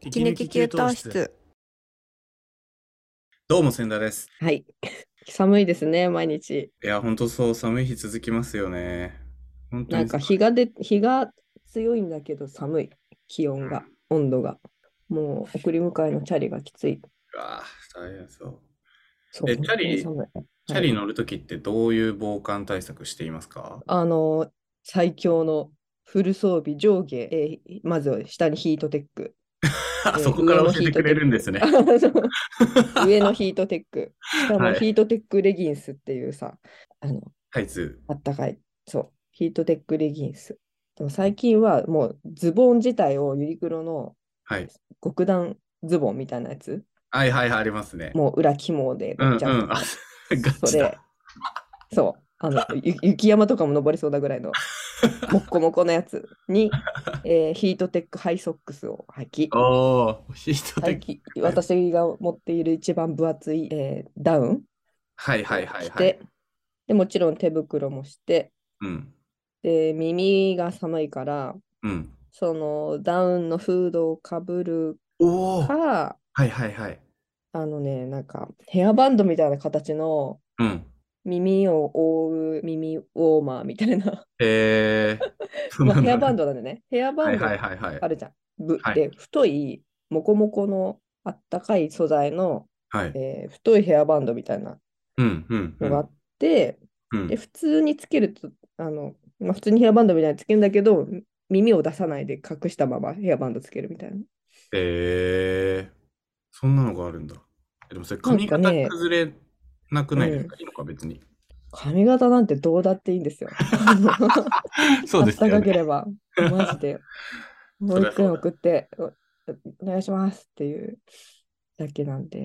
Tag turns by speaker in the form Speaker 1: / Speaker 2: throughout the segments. Speaker 1: 息抜き給湯室。
Speaker 2: どうも千田です。
Speaker 3: はい。 寒いですね、毎日。
Speaker 2: いや、ほんとそう、寒い日続きますよね。本当
Speaker 3: なん
Speaker 2: に
Speaker 3: か
Speaker 2: 寒い
Speaker 3: 日がで、日が強いんだけど寒い。気温が、温度が。もう送り迎えのチャリがきつい。
Speaker 2: わあ大変そう。
Speaker 3: そう、
Speaker 2: えチャリ
Speaker 3: 本当に寒い。
Speaker 2: チャリ乗るときってどういう防寒対策していますか
Speaker 3: あの、最強のフル装備、上下、えーまず下にヒートテック。
Speaker 2: あ
Speaker 3: え
Speaker 2: そこから
Speaker 3: 上の
Speaker 2: 教えてくれるんですね。
Speaker 3: そう上のヒートテック。 下
Speaker 2: は
Speaker 3: の
Speaker 2: い
Speaker 3: ヒートテックレギンスっていうさ、あの、
Speaker 2: タイツ。
Speaker 3: あったかい。そう。ヒートテックレギンス。でも最近はもうズボン自体をユニクロの
Speaker 2: はい。
Speaker 3: 極段ズボンみたいなやつ、
Speaker 2: はいはいはい、ありますね。
Speaker 3: もう裏肝で
Speaker 2: うんう
Speaker 3: め
Speaker 2: ん
Speaker 3: っちゃある。
Speaker 2: あ、 ガ
Speaker 3: そ
Speaker 2: チ
Speaker 3: れ
Speaker 2: だ。、
Speaker 3: そう。あの、ゆ雪山とかも登れそうだぐら いの、もっこもこのやつに、えーヒートテックハイソックスを履き、
Speaker 2: おー、ヒートテ
Speaker 3: 最
Speaker 2: ック。
Speaker 3: 近私が持っている一番分厚い、えーダウン
Speaker 2: はいはいはい
Speaker 3: 着
Speaker 2: はい
Speaker 3: て。、で、もちろん手袋もして、
Speaker 2: うん。
Speaker 3: で、耳が寒いから、
Speaker 2: うん。
Speaker 3: そのダウンのフードをかぶる
Speaker 2: おー、
Speaker 3: か、
Speaker 2: はいはいはい。
Speaker 3: あのね、なんかヘアバンドみたいな形の
Speaker 2: うん。
Speaker 3: 耳を覆う耳ウォーマーみたいな、
Speaker 2: えー、そう
Speaker 3: まあ
Speaker 2: なん
Speaker 3: ヘ
Speaker 2: だ
Speaker 3: アバンドなんでね、ヘアバ
Speaker 2: は
Speaker 3: ン
Speaker 2: い
Speaker 3: ド
Speaker 2: はい
Speaker 3: あ
Speaker 2: はいはい。
Speaker 3: るじゃん。ぶ
Speaker 2: はい
Speaker 3: で、太い、モコモコのあったかい素材の、
Speaker 2: はい。
Speaker 3: えー太いヘアバンドみたいな
Speaker 2: うんうんう
Speaker 3: のがあ
Speaker 2: ん
Speaker 3: って、
Speaker 2: うん
Speaker 3: で、。普通につけると、あの、まあ、普通にヘアバンドみたいなのつけるんだけど、耳を出さないで隠したままヘアバンドつけるみたいな。
Speaker 2: えー、そんなのがあるんだ。えでもそれ
Speaker 3: なん
Speaker 2: 髪
Speaker 3: か
Speaker 2: 型
Speaker 3: ね
Speaker 2: 崩れなくないです
Speaker 3: うん
Speaker 2: か、いいのか別に。
Speaker 3: 髪型なんてどうだっていいん ですよ。あの
Speaker 2: そうです
Speaker 3: あった
Speaker 2: よ
Speaker 3: かけ
Speaker 2: ね。
Speaker 3: れば、マジ で。も
Speaker 2: そうりゃ
Speaker 3: 一
Speaker 2: そう
Speaker 3: 回
Speaker 2: だ
Speaker 3: 送って、おお願いしますっていうだけなんで。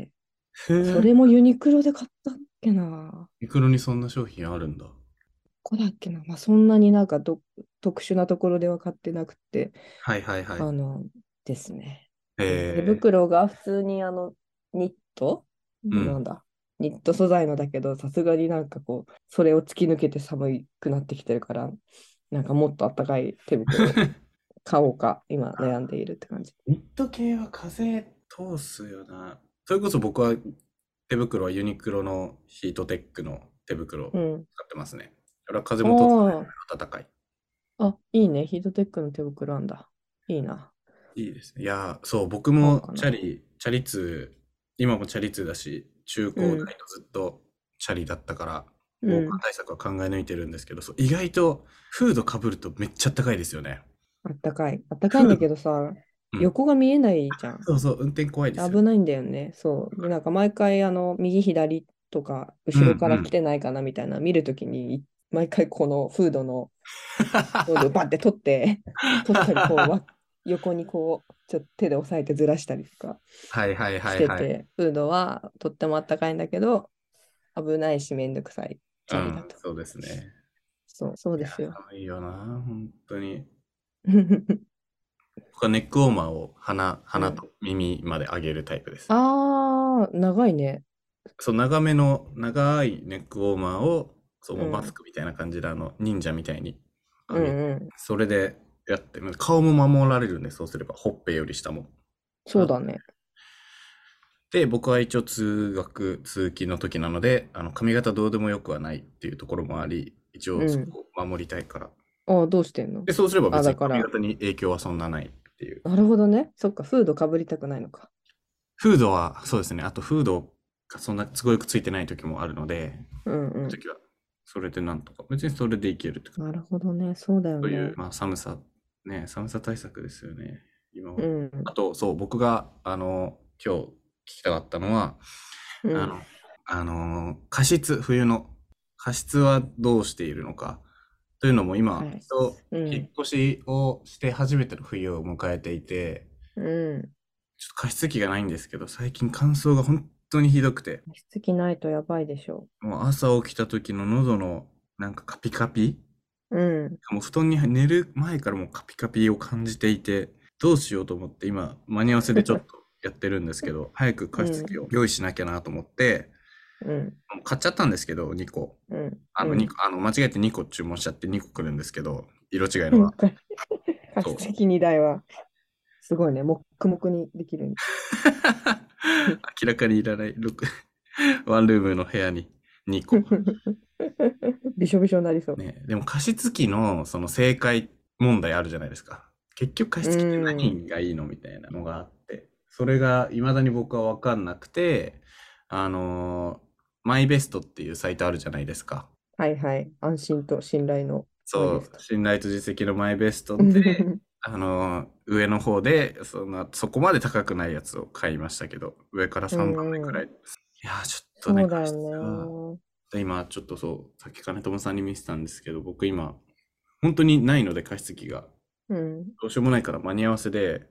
Speaker 2: へー
Speaker 3: それもユニクロで買ったっけな。
Speaker 2: ユニクロにそんな商品あるんだ。
Speaker 3: ここだっけな。まあ、そんなになんかど特殊なところでは買ってなくて、
Speaker 2: はいはいはい。
Speaker 3: あの、ですね。
Speaker 2: え
Speaker 3: 手袋が普通にあの、ニット、
Speaker 2: ん
Speaker 3: なんだ。ニット素材のだけど、さすがになんかこう、それを突き抜けて寒くなってきてるから、なんかもっとあったかい手袋を 買おうか、今悩んでいるって感じ。
Speaker 2: ニット系は風通すよな。それこそ僕は手袋はユニクロのヒートテックの手袋を
Speaker 3: う
Speaker 2: 使っ
Speaker 3: ん。
Speaker 2: てますね。それは風も通
Speaker 3: おー
Speaker 2: す暖かい。
Speaker 3: あ、いいね。ヒートテックの手袋なんだ。いいな。
Speaker 2: いいですね。いやー、そう、僕
Speaker 3: そ
Speaker 2: も
Speaker 3: うかな
Speaker 2: チャリ、チャリ通、今もチャリ通だし、中高
Speaker 3: うん
Speaker 2: 大とずっとチャリだったから、
Speaker 3: う
Speaker 2: 防
Speaker 3: ん。
Speaker 2: 寒対策は考え抜いてるんですけど、そう意外とフードかぶるとめっちゃあったかいですよね。
Speaker 3: あったかい。あったかいんだけどさ、
Speaker 2: うん
Speaker 3: 横が見えないじゃん。
Speaker 2: そうそう、運転怖いですよね。
Speaker 3: 危ないんだよね。そう。でなんか毎回、あの、右左とか、後ろか
Speaker 2: うんう
Speaker 3: ら
Speaker 2: ん
Speaker 3: 来てないかなみたいな、見るときに、毎回このフー ドの、フードをバッて取って、取ったり、こうわ、横にこう、ちょっと手で押さえてずらしたりとか。
Speaker 2: はいはいは
Speaker 3: し
Speaker 2: い
Speaker 3: て
Speaker 2: はい。
Speaker 3: て、フードはとってもあったかいんだけど、危ないしめんどくさいチ
Speaker 2: う
Speaker 3: ャリだ
Speaker 2: ん
Speaker 3: と。、
Speaker 2: そうですね。
Speaker 3: そう、そうです
Speaker 2: い
Speaker 3: よ
Speaker 2: や。寒いよな、本当に。
Speaker 3: あ
Speaker 2: 僕はネックウォーマーを鼻、鼻と耳まで上げるタイプです。
Speaker 3: あー、長いね。
Speaker 2: そう、長めの長いネックウォーマーを、そう、もううんマスクみたいな感じで、あの、忍者みたいに
Speaker 3: う
Speaker 2: 上
Speaker 3: ん
Speaker 2: げて
Speaker 3: うん。
Speaker 2: それでやって、顔も守られるんで、そうすれば、ほっぺより下も。
Speaker 3: そうだね。
Speaker 2: で、僕は一応通学、通勤の時なので、あの髪型どうでもよくはないっていうところもあり、一
Speaker 3: う
Speaker 2: 応
Speaker 3: ん
Speaker 2: そこを守りたいから。
Speaker 3: ああ、どうしてんの
Speaker 2: で、そうすれば別
Speaker 3: あ
Speaker 2: に
Speaker 3: だから
Speaker 2: 髪型に影響はそんなないっていう。
Speaker 3: なるほどね。そっか、フードかぶりたくないのか。
Speaker 2: フードは、そうですね、あとフードがそんな都合よくついてない時もあるので、
Speaker 3: うんう
Speaker 2: そ
Speaker 3: ん
Speaker 2: の。時は、それでなんとか、別にそれでいけるとか、
Speaker 3: なるほどね。そうだよ
Speaker 2: という
Speaker 3: ね、。
Speaker 2: まあ寒さ、ね、寒さ対策ですよね、今は。
Speaker 3: うん。
Speaker 2: あと、そう、僕が、あの、今日聞きたかったのは、
Speaker 3: うん
Speaker 2: あの、あのー加湿、冬の加湿はどうしているのかというのも今、
Speaker 3: はい
Speaker 2: きっと
Speaker 3: うん
Speaker 2: 引っ越しをして初めての冬を迎えていて、
Speaker 3: うん。
Speaker 2: ちょっと加湿器がないんですけど、最近乾燥が本当にひどくて、
Speaker 3: 加湿器ないとやばいでしょ
Speaker 2: もう朝起きた時の喉のなんかカピカピ、
Speaker 3: う。うん。
Speaker 2: もう布団に寝る前からもうカピカピを感じていて、どうしようと思って今、間に合わせでちょっとやってるんですけど、早く加湿器を用意しなきゃなと思って、
Speaker 3: うん。
Speaker 2: もう買っちゃったんですけど、2個。
Speaker 3: うん。
Speaker 2: あの、
Speaker 3: うん
Speaker 2: 二個あの間違えて2個注文しちゃって2個来るんですけど、色違い
Speaker 3: うん
Speaker 2: のが。
Speaker 3: 加湿器2台は。すごいね、黙々にできるん
Speaker 2: 明らかにいらない、六 ワンルームの部屋に2個。
Speaker 3: びしょびしょになりそう。
Speaker 2: ね、でも加湿器のその正解問題あるじゃないですか。結局加湿器って何がいいのみたいなのがあって、それが未だに僕は分かんなくて、あのーマイベストっていうサイトあるじゃないですか。
Speaker 3: はいはい。安心と信頼の。
Speaker 2: そ
Speaker 3: マイ
Speaker 2: う
Speaker 3: ベス、ト
Speaker 2: 信頼と実績のマイベスト で、あのー上の方でそんな、そこまで高くないやつを買いましたけど、上から3番目くらい。いやー、ちょっ
Speaker 3: そ
Speaker 2: とね、
Speaker 3: うだ
Speaker 2: 加湿器は
Speaker 3: よね。
Speaker 2: で今ちょっとそう、さっき金友さんに見せたんですけど、僕今、本当にないので加湿器が。
Speaker 3: うん。
Speaker 2: どうしようもないから間に合わせ で、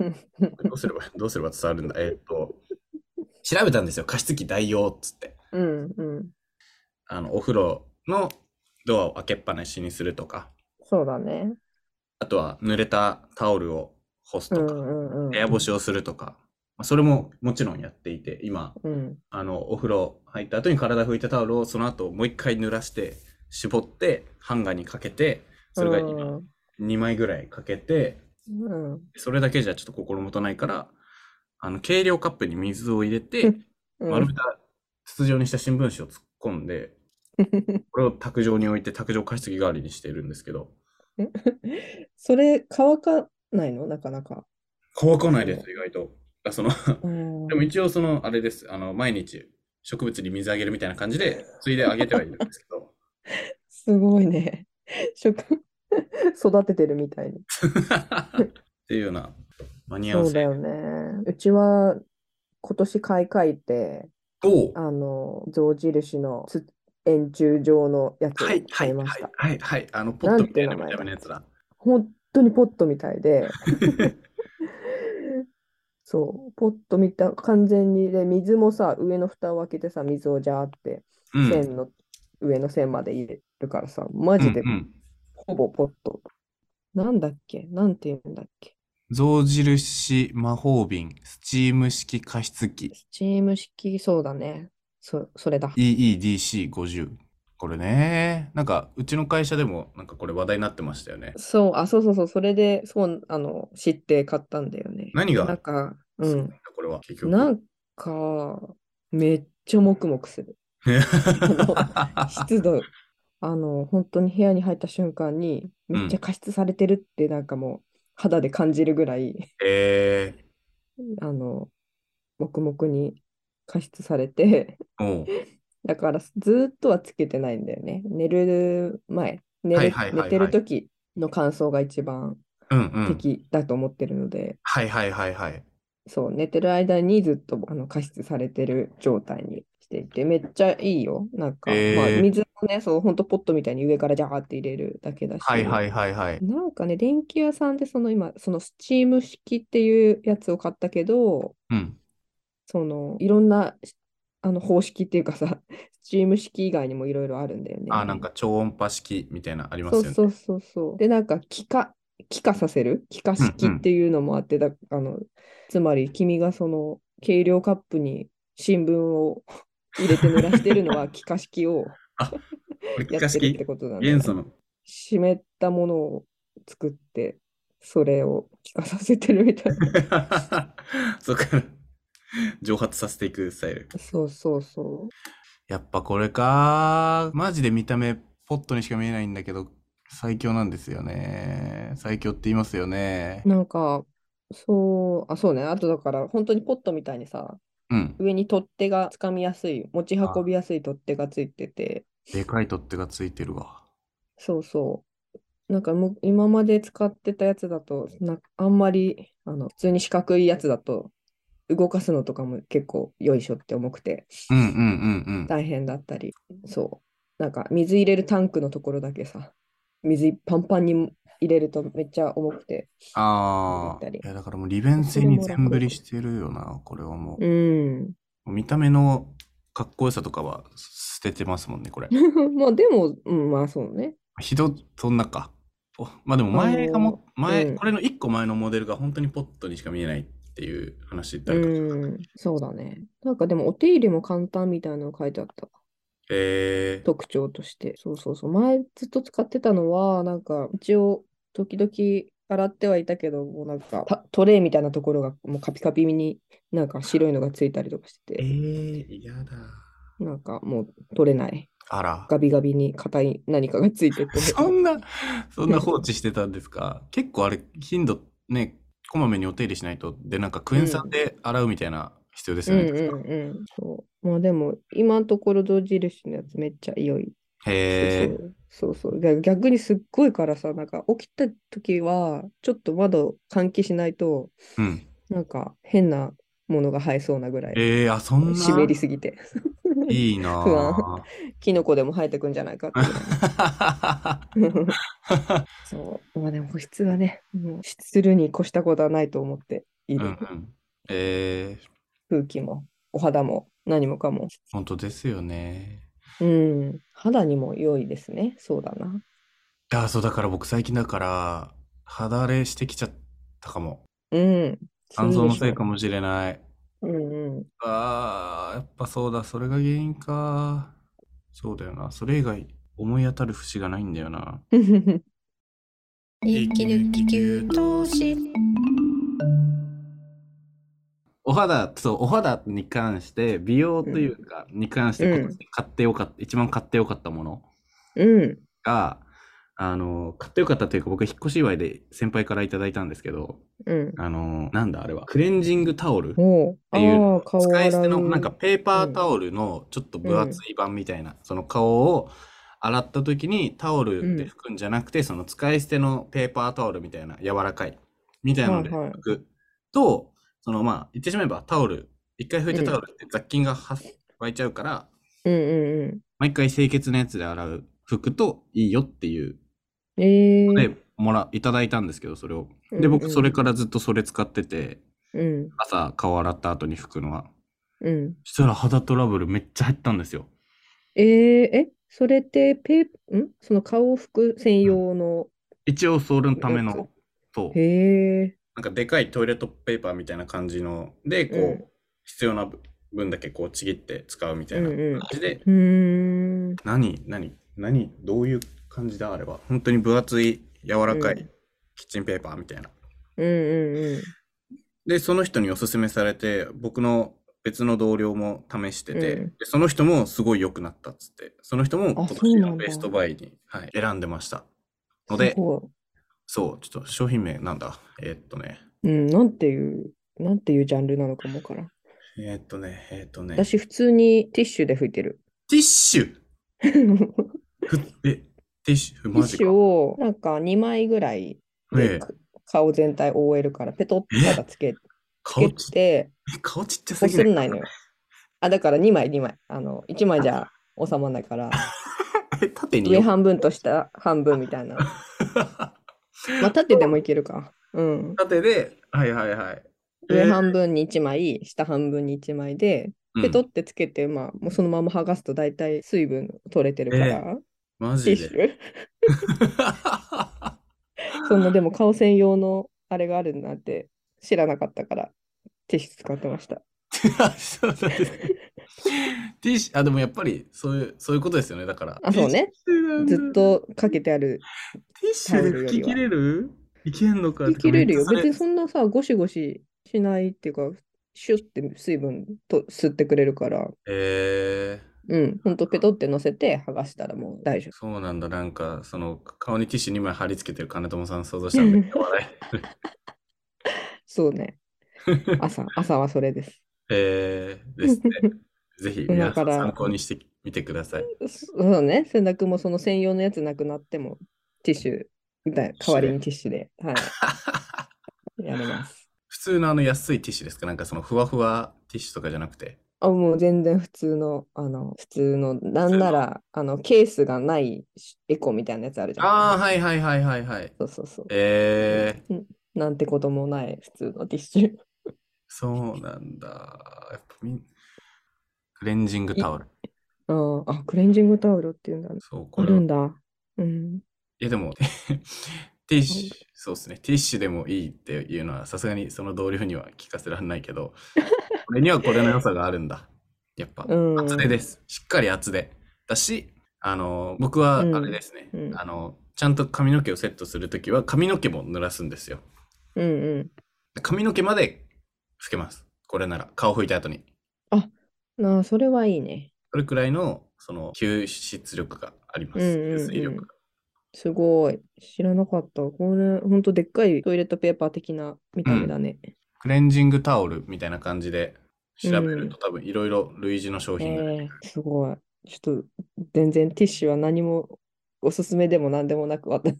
Speaker 3: うん
Speaker 2: どうすれば、どうすれば伝わるんだ。えーっと、調べたんですよ。加湿器代用っつって。
Speaker 3: うんうん。
Speaker 2: あの、お風呂のドアを開けっぱなしにするとか、
Speaker 3: そうだね。
Speaker 2: あとは濡れたタオルを干す
Speaker 3: う
Speaker 2: と
Speaker 3: ん
Speaker 2: か、
Speaker 3: うんうん。
Speaker 2: 部屋干しをするとか、まあそれももちろんやっていて、今、
Speaker 3: うん。
Speaker 2: あの、お風呂入った後に体拭いたタオルをその後もう一回濡らして、絞って、ハンガーにかけて、それが今、2枚ぐらいかけて、
Speaker 3: うん。うん
Speaker 2: それだけじゃちょっと心もとないから、あの、軽量カップに水を入れて、
Speaker 3: うん
Speaker 2: 丸めた筒状にした新聞紙を突っ込んで、これを卓上に置いて卓上加湿器代わりにしているんですけど、
Speaker 3: それ乾かないのなかなか。
Speaker 2: 乾かないです、意外と。あその、
Speaker 3: うん
Speaker 2: でも一応その、あれです、あの、毎日植物に水あげるみたいな感じで、ついであげてはいるんですけど、
Speaker 3: すごいね。食 育ててるみたいに。
Speaker 2: っていうような間に合わ
Speaker 3: そうだ
Speaker 2: せ
Speaker 3: よね。うちは今年買い替えて、
Speaker 2: を、
Speaker 3: あの、象印のつ円柱状のやつを
Speaker 2: はいは
Speaker 3: 買い
Speaker 2: い
Speaker 3: ま
Speaker 2: は
Speaker 3: し
Speaker 2: い
Speaker 3: た。
Speaker 2: はいはい、あの、ポットみたいな見た目のやつだ。
Speaker 3: 本当にポットみたい で、そう、ポットみたい、完全に、で、水もさ、上の蓋を開けてさ、水をジャーって、
Speaker 2: うん
Speaker 3: 線の、上の線まで入れるからさ、マジで
Speaker 2: うんうん
Speaker 3: ほぼポット。なんだっけなんて言うんだっけ
Speaker 2: 象印魔法瓶スチーム式加湿器
Speaker 3: スチーム式、そうだね。そ、それだ。
Speaker 2: EEDC50 これねなんかうちの会社でもなんかこれ話題になってましたよね
Speaker 3: そう、あ、そうそうそう、それで、そう、あの、知って買ったんだよね。
Speaker 2: 何が
Speaker 3: なんか、
Speaker 2: す
Speaker 3: う
Speaker 2: ごいん
Speaker 3: ん。
Speaker 2: だこれは結局
Speaker 3: なんか、めっちゃもくもくする。湿度、あの、本当に部屋に入った瞬間に、めっちゃ加湿されてるって、なんかもう、肌で感じるぐらい、
Speaker 2: え
Speaker 3: あの、黙々に加湿されて、
Speaker 2: ー、おう
Speaker 3: だからずーっとはつけてないんだよね。寝る前、寝
Speaker 2: はい
Speaker 3: る、
Speaker 2: はいはいはい
Speaker 3: 寝てる時の乾燥が一番
Speaker 2: うんうん
Speaker 3: 適だと思ってるので、
Speaker 2: はいはいはいはい
Speaker 3: そう、寝てる間にずっとあの加湿されてる状態にしていて、めっちゃいいよ。なんか、
Speaker 2: えー
Speaker 3: まあ、水もね、そう、ほんとポットみたいに上からジャーって入れるだけだし、
Speaker 2: はいはいはいはい
Speaker 3: なんかね、電気屋さんでその今、そのスチーム式っていうやつを買ったけど、
Speaker 2: うん
Speaker 3: そのいろんなあの方式っていうかさ、スチーム式以外にもいろいろあるんだよね。
Speaker 2: あなんか超音波式みたいなのあります
Speaker 3: そう
Speaker 2: よね
Speaker 3: そうそうそう。で、なんか気化、気化させる気化式っていうのもあって、だ あのつまり君がその計量カップに新聞を入れて濡らして るのは気化式を
Speaker 2: これ気
Speaker 3: や
Speaker 2: 化
Speaker 3: ってるっ
Speaker 2: 式
Speaker 3: てことなんだよ
Speaker 2: 元
Speaker 3: ね
Speaker 2: 素の
Speaker 3: 湿ったものを作って、それを気化させてるみ たいな。
Speaker 2: そこから蒸発させていくスタイル
Speaker 3: そうそうそう。
Speaker 2: やっぱこれか。マジで見た目、ポットにしか見えないんだけど、最強なんですよね。最強って言いますよね。
Speaker 3: なんか、そう、あ、そうね。あとだから、本当にポットみたいにさ、
Speaker 2: うん。
Speaker 3: 上に取っ手がつかみやすい、持ち運びやすい取っ手がついてて、
Speaker 2: でかい取っ手がついてるわ。
Speaker 3: そうそう。なんかむ、今まで使ってたやつだと、なんかあんまり、あの、普通に四角いやつだと、動かすのとかも結構よいしょって重くて、
Speaker 2: うんうんうんうん。
Speaker 3: 大変だったり、そう。なんか、水入れるタンクのところだけさ、水パンパンに入れるとめっちゃ重くて、
Speaker 2: あ
Speaker 3: 思っ
Speaker 2: あ。
Speaker 3: たり
Speaker 2: いや、だからもう利便性に全振りしてるよな、これはも
Speaker 3: うん。
Speaker 2: う。見た目のかっこよさとかは捨ててますもんね、 これ。
Speaker 3: まあ、でも、うん、まあそうね。
Speaker 2: ひど、そんなか。おまあでも前がも、
Speaker 3: あのー
Speaker 2: 前、
Speaker 3: うん
Speaker 2: これの一個前のモデルが本当にポットにしか見えないっていう話
Speaker 3: う
Speaker 2: 誰か。
Speaker 3: ん、そうだね。なんかでも、お手入れも簡単みたいなの書いてあった。
Speaker 2: えー、
Speaker 3: 特徴として。そうそうそう。前ずっと使ってたのは、なんか、一応、時々洗ってはいたけど、もうなんかたトレイみたいなところがもうカピカピになんか白いのがついたりとかして
Speaker 2: え
Speaker 3: て、
Speaker 2: ー、嫌だ。
Speaker 3: なんかもう取れない。
Speaker 2: あら。
Speaker 3: ガビガビに硬い何かがついてて。
Speaker 2: そんな、 そんな放置してたんですか。結構あれ、頻度ね、こまめにお手入れしないと、で、なんかクエン酸で洗うみたいな必要です
Speaker 3: うん
Speaker 2: よね。
Speaker 3: うんうん。そう。まあでも、今のところ象印のやつめっちゃ良い。
Speaker 2: へえ。
Speaker 3: そうそう。で逆にすっごいからさ、なんか起きた時は、ちょっと窓換気しないと、
Speaker 2: うん。
Speaker 3: なんか変なものが生えそうなぐらい、
Speaker 2: えー、あ、そんな。
Speaker 3: 湿りすぎて、
Speaker 2: いいな
Speaker 3: 不
Speaker 2: ぁ
Speaker 3: 安。キノコでも生えてくんじゃないかっていう そう。まあでも保湿はね、もう湿するに越したことはないと思ってい
Speaker 2: うんう
Speaker 3: る。
Speaker 2: ん。えー、
Speaker 3: 空気も、お肌も、何もかも。
Speaker 2: 本当ですよね。
Speaker 3: うん。肌にも良いですね。そうだな。
Speaker 2: あ、そう、だから僕最近だから、肌荒れしてきちゃったかも。
Speaker 3: うん。
Speaker 2: 乾燥のせい
Speaker 3: か
Speaker 2: かもしれない。
Speaker 3: うんうん。
Speaker 2: あー、やっぱそうだ、それが原因か。そうだよな。それ以外、思い当たる節がないんだよな。
Speaker 1: 息抜き給湯室
Speaker 2: お肌、そう、お肌に関して、美容というか、に関して、
Speaker 3: うん
Speaker 2: 今年買ってよかった、一番買ってよかったもの
Speaker 3: うん。
Speaker 2: が、あの、買ってよかったというか、僕、引っ越し祝いで先輩からいただいたんですけど、
Speaker 3: うん。
Speaker 2: あの、なんだあれは、クレンジングタオル
Speaker 3: おう。
Speaker 2: ていう
Speaker 3: ああ、顔
Speaker 2: 使い捨
Speaker 3: 洗
Speaker 2: て
Speaker 3: い。
Speaker 2: のなんかペーパータオルのちょっと分厚い版みたいな、その顔を洗った時にタオルで拭くんじゃなくて、その使い捨てのペーパータオルみたいな柔らかいみたいなので
Speaker 3: はいはい
Speaker 2: 拭く、とそのまあ言ってしまえばタオル一回拭いたタオルって雑菌がは湧いちゃうから
Speaker 3: うんうんう。
Speaker 2: 毎回清潔なやつで洗う拭くといいよっていうん
Speaker 3: ええ
Speaker 2: のでもらいただいたんですけどそれを
Speaker 3: うんう
Speaker 2: で
Speaker 3: ん
Speaker 2: 僕それからずっとそれ使ってて
Speaker 3: うん
Speaker 2: 朝顔洗った後に拭くのは
Speaker 3: うん。
Speaker 2: そしたら肌トラブルめっちゃ減ったんですよ
Speaker 3: えええ、それってペー、んその顔を拭く専用の。
Speaker 2: 一応それのため
Speaker 3: やつ
Speaker 2: の、そう、
Speaker 3: へえ。
Speaker 2: なんかでかいトイレットペーパーみたいな感じので、こう、
Speaker 3: うん
Speaker 2: 必要な分だけこうちぎって使うみたいな
Speaker 3: うんうん
Speaker 2: 感じで、
Speaker 3: うーん。
Speaker 2: 何、何、何、どういう感じだあれは、本当に分厚い、柔らか
Speaker 3: う
Speaker 2: いキッチンペーパーみたいな。
Speaker 3: うんうん
Speaker 2: で、その人におすすめされて、僕の別の同僚も試してて、
Speaker 3: うん
Speaker 2: でその人もすごい良くなったっつって、その人も今
Speaker 3: そう
Speaker 2: 年
Speaker 3: なんだ
Speaker 2: のベストバイに、はい、選んでました。
Speaker 3: うん。、
Speaker 2: のです
Speaker 3: ご
Speaker 2: そう、ちょっと商品名なんだ。えーっとね、
Speaker 3: い。うん、なんていう、なんていうジャンルなのかもわからん。
Speaker 2: えーっとね、えーっとね。
Speaker 3: 私、普通にティッシュで拭いてる。
Speaker 2: ティッシュ
Speaker 3: ティ
Speaker 2: ふえ、ティッシュマ
Speaker 3: ッ
Speaker 2: ジか
Speaker 3: シュ。をなんか2枚ぐらい
Speaker 2: ええ
Speaker 3: で顔全体覆えるから、ペトッとただつけ
Speaker 2: 顔
Speaker 3: つ
Speaker 2: ち
Speaker 3: けて、
Speaker 2: え顔ちっちゃす
Speaker 3: こ
Speaker 2: ぎ
Speaker 3: す
Speaker 2: ない
Speaker 3: らないのよ。あ、だから2枚、2枚。あの、1枚じゃ収まらないから、
Speaker 2: え縦に
Speaker 3: 上
Speaker 2: よ。
Speaker 3: 半分と下半分みたいな。まあ、縦でもいけるか。うん。
Speaker 2: 縦で、はいはいはい。
Speaker 3: 上
Speaker 2: えー
Speaker 3: 半分に1枚、下半分に1枚で、
Speaker 2: うん
Speaker 3: ペトってつけて、まあ、もうそのまま剥がすと大体水分取れてるから、
Speaker 2: マ
Speaker 3: ティ
Speaker 2: ジ
Speaker 3: ッシ
Speaker 2: で。
Speaker 3: ュ。 そんな、でも顔専用のあれがあるなんて知らなかったから、ティッシュ使ってました。
Speaker 2: そうだねティッシュ、あ、でもやっぱりそういう、そういうことですよね。だから。
Speaker 3: あそうね
Speaker 2: ティッシュなんだ。
Speaker 3: ずっとかけてある。
Speaker 2: ティッシュで拭き切れるいけんのか。
Speaker 3: 拭き切れるよ。別に
Speaker 2: そ
Speaker 3: そんなさ、ゴシゴシしないっていうか、シュッて水分と吸ってくれるから、
Speaker 2: えー
Speaker 3: うん、ほんとペトって乗せて剥がしたらもう大丈夫。
Speaker 2: そうなんだ。なんか、その、顔にティッシュ2枚貼り付けてる金友さん想像したらめっちゃ笑える。
Speaker 3: そ うね。朝、朝はそれです。
Speaker 2: えー、ですね。 ぜひ皆さん
Speaker 3: だから
Speaker 2: 参考にしてみてください。
Speaker 3: そう ね。洗濯もその専用のやつなくなっても、ティッシュみたいな、代わりにティッシュで、 はい。やります。
Speaker 2: 普通のあの安いティッシュですかなんかそのふわふわティッシュとかじゃなくて。
Speaker 3: あ、もう全然普通の、あの、普通の、なんなら、あの、ケースがないエコみたいなやつあるじゃん。
Speaker 2: ああ、はいはいはいはいはい。
Speaker 3: そうそうそう。
Speaker 2: えー、
Speaker 3: うんなんてこともない普通のティッシュ。
Speaker 2: そうなんだ。やっぱみクレンジングタオル。
Speaker 3: うん、あ、クレンジングタオルっていうんだね。
Speaker 2: そう、こ
Speaker 3: あ
Speaker 2: れ
Speaker 3: る
Speaker 2: は。
Speaker 3: ん
Speaker 2: い
Speaker 3: だ。うん。
Speaker 2: やでも、 ティッシュ、そうですね。ティッシュでもいいっていうのはさすがにその同僚には聞かせられないけ ど、これにはこれの良さがあるんだ。やっぱ、
Speaker 3: うん
Speaker 2: 厚手です。しっかり厚手。だし、あの、僕はあれですね。
Speaker 3: うんうん
Speaker 2: あの、ちゃんと髪の毛をセットするときは髪の毛も濡らすんですよ。
Speaker 3: うんう
Speaker 2: 髪の毛まで拭けます。これなら顔拭いた後に。
Speaker 3: ん。なあ、それはいいね。
Speaker 2: それくらいのその吸湿力があります。
Speaker 3: うんうんうん
Speaker 2: 吸水力が。
Speaker 3: すごい。知らなかった。これ、ほんとでっかいトイレットペーパー的な見た目だね。
Speaker 2: クレンジングタオルみたいな感じで調べると、多分いろいろ類似の商
Speaker 3: え
Speaker 2: 品 が、
Speaker 3: えすごい。ちょっと、全然ティッシュは何もおすすめでも何でもな く、わた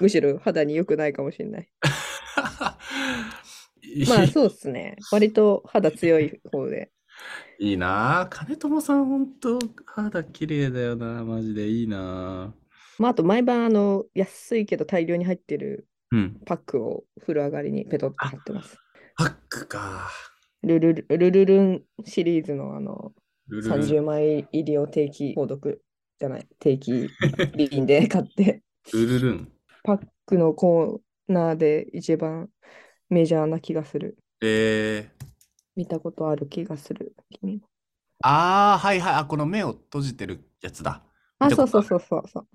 Speaker 3: むしろ肌に良くないかもしれない。まあ、そうっすね。割と肌強い方で。
Speaker 2: いいなあ金友さん本当肌綺麗だよなマジでいいなあ
Speaker 3: まあ、あと、毎晩、あの、安いけど大量に入ってる
Speaker 2: うん
Speaker 3: パックを風呂上がりにペトッと貼ってます。
Speaker 2: パックか
Speaker 3: ルルルルルルンシリーズのあの
Speaker 2: ルルル
Speaker 3: 30枚入りを定期購読じゃない定期便で 買って
Speaker 2: ルルルン
Speaker 3: パックのコーナーで一番メジャーな気がする
Speaker 2: えー、
Speaker 3: 見たことある気がする君も
Speaker 2: ああはいはいあこの目を閉じてるやつだ
Speaker 3: あ
Speaker 2: 見た
Speaker 3: そ
Speaker 2: こ
Speaker 3: うそ
Speaker 2: とあ
Speaker 3: う
Speaker 2: る
Speaker 3: そうそうそ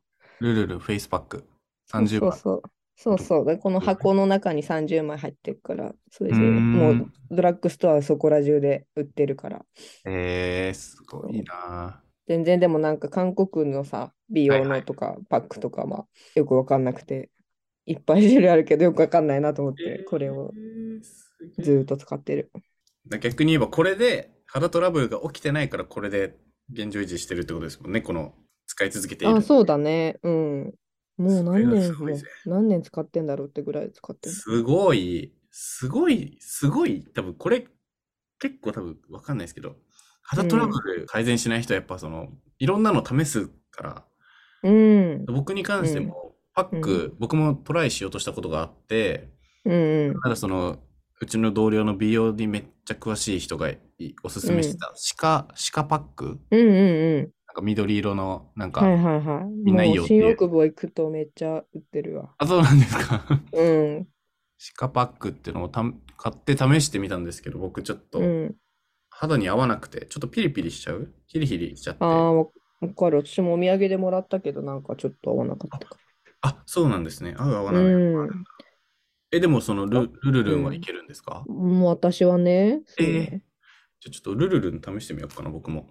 Speaker 3: う
Speaker 2: ルルルフェイスパック
Speaker 3: そう
Speaker 2: 30
Speaker 3: そう
Speaker 2: 番
Speaker 3: そうそうそうでこの箱の中に30枚入ってるからそれで
Speaker 2: うーん
Speaker 3: もうドラッグストアそこら中で売ってるから
Speaker 2: えー、すごいなあ
Speaker 3: 全然でもなんか韓国のさ、美容のとかパックとかまあよくわかんなくて、いっぱい種類あるけどよくわかんないなと思って、これを
Speaker 2: えーすげえ
Speaker 3: ずーっと使ってる。
Speaker 2: だ逆に言えばこれで肌トラブルが起きてないからこれで現状維持してるってことですもんねこの使い続けている
Speaker 3: あ、そうだね。うん。もう何年
Speaker 2: それがすごいぜ
Speaker 3: もう何年使ってんだろうってぐらい使ってる。
Speaker 2: すごい、すごい、すごい、多分これ、結構多分わかんないですけど、肌トラブル改善しない人はやっぱその、いろんなの試すから、
Speaker 3: うん。
Speaker 2: 僕に関しても、パッ
Speaker 3: う
Speaker 2: ク、僕もトライしようとしたことがあって、
Speaker 3: うんうん。
Speaker 2: ただその、うちの同僚の美容にめっちゃ詳しい人がいおすすめしてた、鹿、鹿パックなん
Speaker 3: うんうんうん。
Speaker 2: か緑色の、なんか、
Speaker 3: はいはいはい。
Speaker 2: みんないいよ
Speaker 3: もう
Speaker 2: っていう
Speaker 3: 新大久保行くとめっちゃ売ってるわ。
Speaker 2: あ、そうなんですか。
Speaker 3: うん。
Speaker 2: 鹿パックっていうのをた買って試してみたんですけど、僕ちょっと、
Speaker 3: うん。
Speaker 2: 肌に合わなくて、ちょっとピリピリしちゃうヒリヒリしちゃって。
Speaker 3: ああ、わわかる。私もお土産でもらったけど、なんかちょっと合わなかったか
Speaker 2: あ、そうなんですね。合う合わ
Speaker 3: ら。
Speaker 2: ない。
Speaker 3: うん。
Speaker 2: え、でもそのルルルルンは
Speaker 3: うん
Speaker 2: いけるんですか、
Speaker 3: もう私はね、そう
Speaker 2: ええ
Speaker 3: ね、
Speaker 2: じゃあちょっとルルルン試してみようかな、僕も。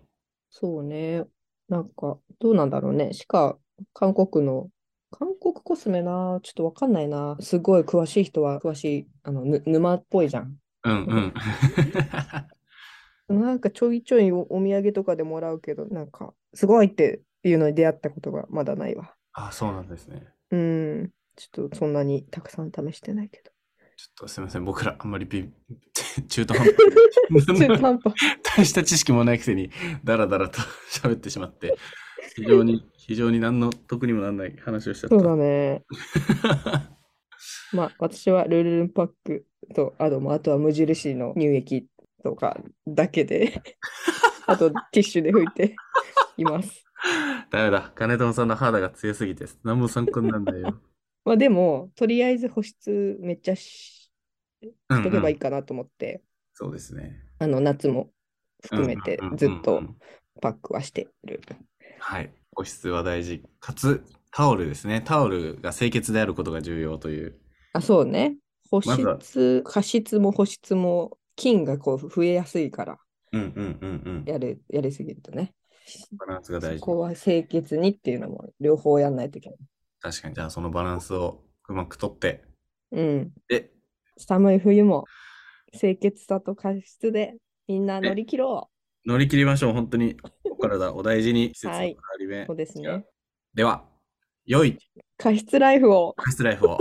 Speaker 3: そうね、なんか、どうなんだろうね。しか、韓国の、韓国コスメな、ちょっとわかんないな。すごい詳しい人は詳しい、あの、ぬ沼っぽいじゃん。
Speaker 2: うん うん。
Speaker 3: なんかちょいちょいお、お土産とかでもらうけど、なんか、すごいっていうのに出会ったことがまだないわ。
Speaker 2: あ、そうなんですね。
Speaker 3: うん、ちょっとそんなにたくさん試してないけど。
Speaker 2: ちょっとすみません。僕らあんまりび 中途半端
Speaker 3: 中途半端。
Speaker 2: 大した知識もないくせに、だらだらと 喋ってしまって、非常に、非常に何の得にもならない話をしちゃっ
Speaker 3: そうだ
Speaker 2: た。
Speaker 3: ね。まあ、私はルルルンパックと、あと、まあ、あとは無印の乳液とかだけで、 あとティッシュで拭いています。
Speaker 2: ダメだ。金友さんの肌が強すぎて、何も参考にならない よ。
Speaker 3: まあ、でも、とりあえず保湿めっちゃし
Speaker 2: うん
Speaker 3: しとけばいい
Speaker 2: うん
Speaker 3: かなと思って、
Speaker 2: そうですね。
Speaker 3: あの、夏も含めて
Speaker 2: うんうんうんうん
Speaker 3: ずっとパックはしてる。
Speaker 2: はい。保湿は大事。かつ、タオルですね。タオルが清潔であることが重要という。
Speaker 3: あ、そうね。保
Speaker 2: まずは
Speaker 3: 湿、加湿も保湿も菌がこう増えやすいから、
Speaker 2: うんうんうんうん。
Speaker 3: やれ、やりすぎるとね。
Speaker 2: バランスが大
Speaker 3: そ
Speaker 2: 事。
Speaker 3: こは清潔にっていうのも両方やんないといけない。
Speaker 2: 確かに。じゃあ、そのバランスをうまくとって。
Speaker 3: うん。
Speaker 2: で、
Speaker 3: 寒い冬も清潔さと加湿でみんな乗り切ろ
Speaker 2: 乗り切りましょう。本当に。お体お大事に。季節の
Speaker 3: はい
Speaker 2: 変わり目。
Speaker 3: そうですね
Speaker 2: では、良い
Speaker 3: う。加湿ライフを。
Speaker 2: 保湿ライフを。